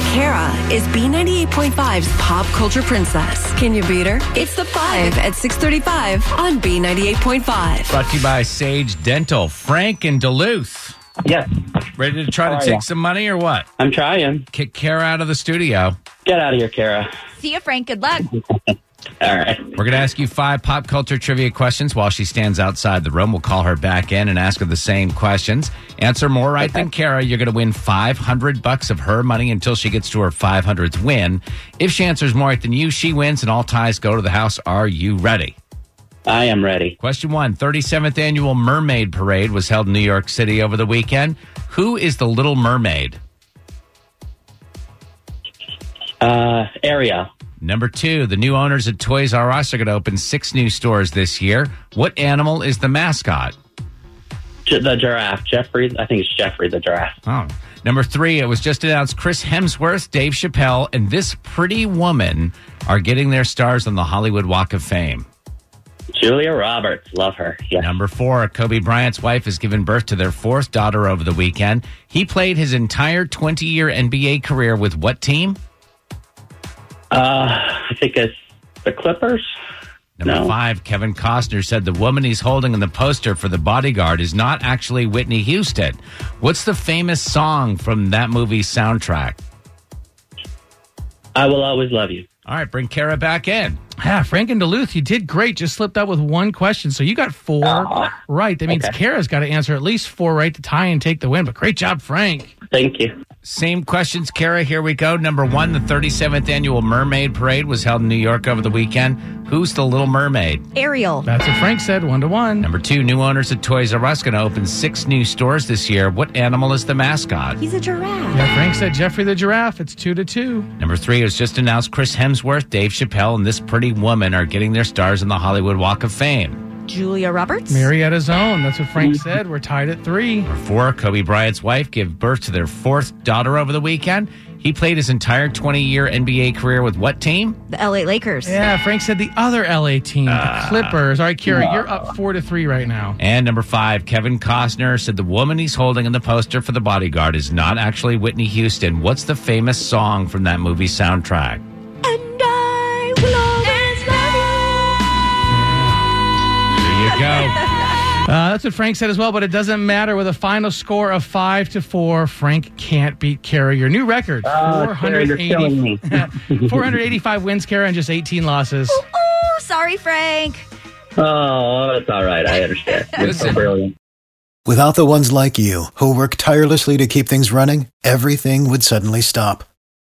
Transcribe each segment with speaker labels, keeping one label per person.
Speaker 1: Kara is B98.5's pop culture princess. Can you beat her? It's the 5 at 635 on B98.5.
Speaker 2: Brought to you by Sage Dental. Frank in Duluth.
Speaker 3: Yes,
Speaker 2: Ready to try to
Speaker 3: Oh,
Speaker 2: take
Speaker 3: yeah.
Speaker 2: some money or what?
Speaker 3: I'm trying.
Speaker 2: Kick Kara out of the studio.
Speaker 3: Get out of here, Kara.
Speaker 4: See you, Frank. Good luck.
Speaker 3: All right.
Speaker 2: We're going to ask you five pop culture trivia questions while she stands outside the room. We'll call her back in and ask her the same questions. Answer more right than Kara, you're going to win 500 bucks of her money until she gets to her 500th win. If she answers more right than you, she wins and all ties go to the house. Are you ready?
Speaker 3: I am ready.
Speaker 2: Question one 37th annual Mermaid Parade was held in New York City over the weekend. Who is the Little Mermaid?
Speaker 3: Uh, Ariel.
Speaker 2: Number two, the new owners at Toys R Us are going to open six new stores this year. What animal is the mascot?
Speaker 3: J- the giraffe. Jeffrey. I think it's Jeffrey the giraffe.
Speaker 2: Oh. Number three, it was just announced Chris Hemsworth, Dave Chappelle, and this pretty woman are getting their stars on the Hollywood Walk of Fame.
Speaker 3: Julia Roberts. Love her. Yeah.
Speaker 2: Number four, Kobe Bryant's wife has given birth to their fourth daughter over the weekend. He played his entire 20 year NBA career with what team?
Speaker 3: Uh, I think it's the Clippers.
Speaker 2: Number
Speaker 3: No.
Speaker 2: five, Kevin Costner said the woman he's holding in the poster for The Bodyguard is not actually Whitney Houston. What's the famous song from that movie's soundtrack?
Speaker 3: I will always love you.
Speaker 2: All right, bring Kara back in.
Speaker 5: Yeah, Frank and Duluth, you did great. Just slipped up with one question. So you got four right. That means
Speaker 3: Uh-huh. okay.
Speaker 5: Kara's got to answer at least four right to tie and take the win. But great job, Frank.
Speaker 3: Thank you.
Speaker 2: Same questions, Kara. Here we go. Number one, the 37th annual Mermaid Parade was held in New York over the weekend. Who's the Little Mermaid?
Speaker 4: Ariel,
Speaker 5: That's what Frank said, one to one.
Speaker 2: Number two, new owners at Toys R Us going to open six new stores this year. What animal is the mascot?
Speaker 4: he's a giraffe.
Speaker 5: Yeah, Frank said Jeffrey the giraffe. It's two to two.
Speaker 2: Number three, it was just announced Chris Hemsworth, Dave Chappelle, and this pretty woman are getting their stars in the Hollywood Walk of Fame.
Speaker 4: Julia Roberts,
Speaker 5: Marietta's own. That's what Frank said. We're tied at three.
Speaker 2: Number four, Kobe Bryant's wife gave birth to their fourth daughter over the weekend. He played his entire 20 year NBA career with what team?
Speaker 4: the LA Lakers.
Speaker 5: Yeah, Frank said the other LA team,
Speaker 3: Ah.
Speaker 5: the Clippers. All right, Kara, you're up four to three right now.
Speaker 2: And number five, Kevin Costner said the woman he's holding in the poster for The Bodyguard is not actually Whitney Houston. What's the famous song from that movie soundtrack?
Speaker 4: And I will always
Speaker 2: There you go.
Speaker 5: Uh, that's what Frank said as well, but it doesn't matter. With a final score of five to four, Frank can't beat Kara. Your new record:
Speaker 3: Oh, Kara, you're killing me.
Speaker 5: 485 wins, Kara, and just 18 losses.
Speaker 4: Oh, sorry, Frank.
Speaker 3: Oh, it's all right. I understand. You're so
Speaker 2: Listen.
Speaker 3: brilliant.
Speaker 6: Without the ones like you, who work tirelessly to keep things running, everything would suddenly stop.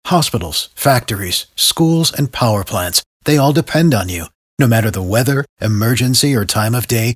Speaker 6: Hospitals, factories, schools, and power plants, they all depend on you. No matter the weather, emergency, or time of day,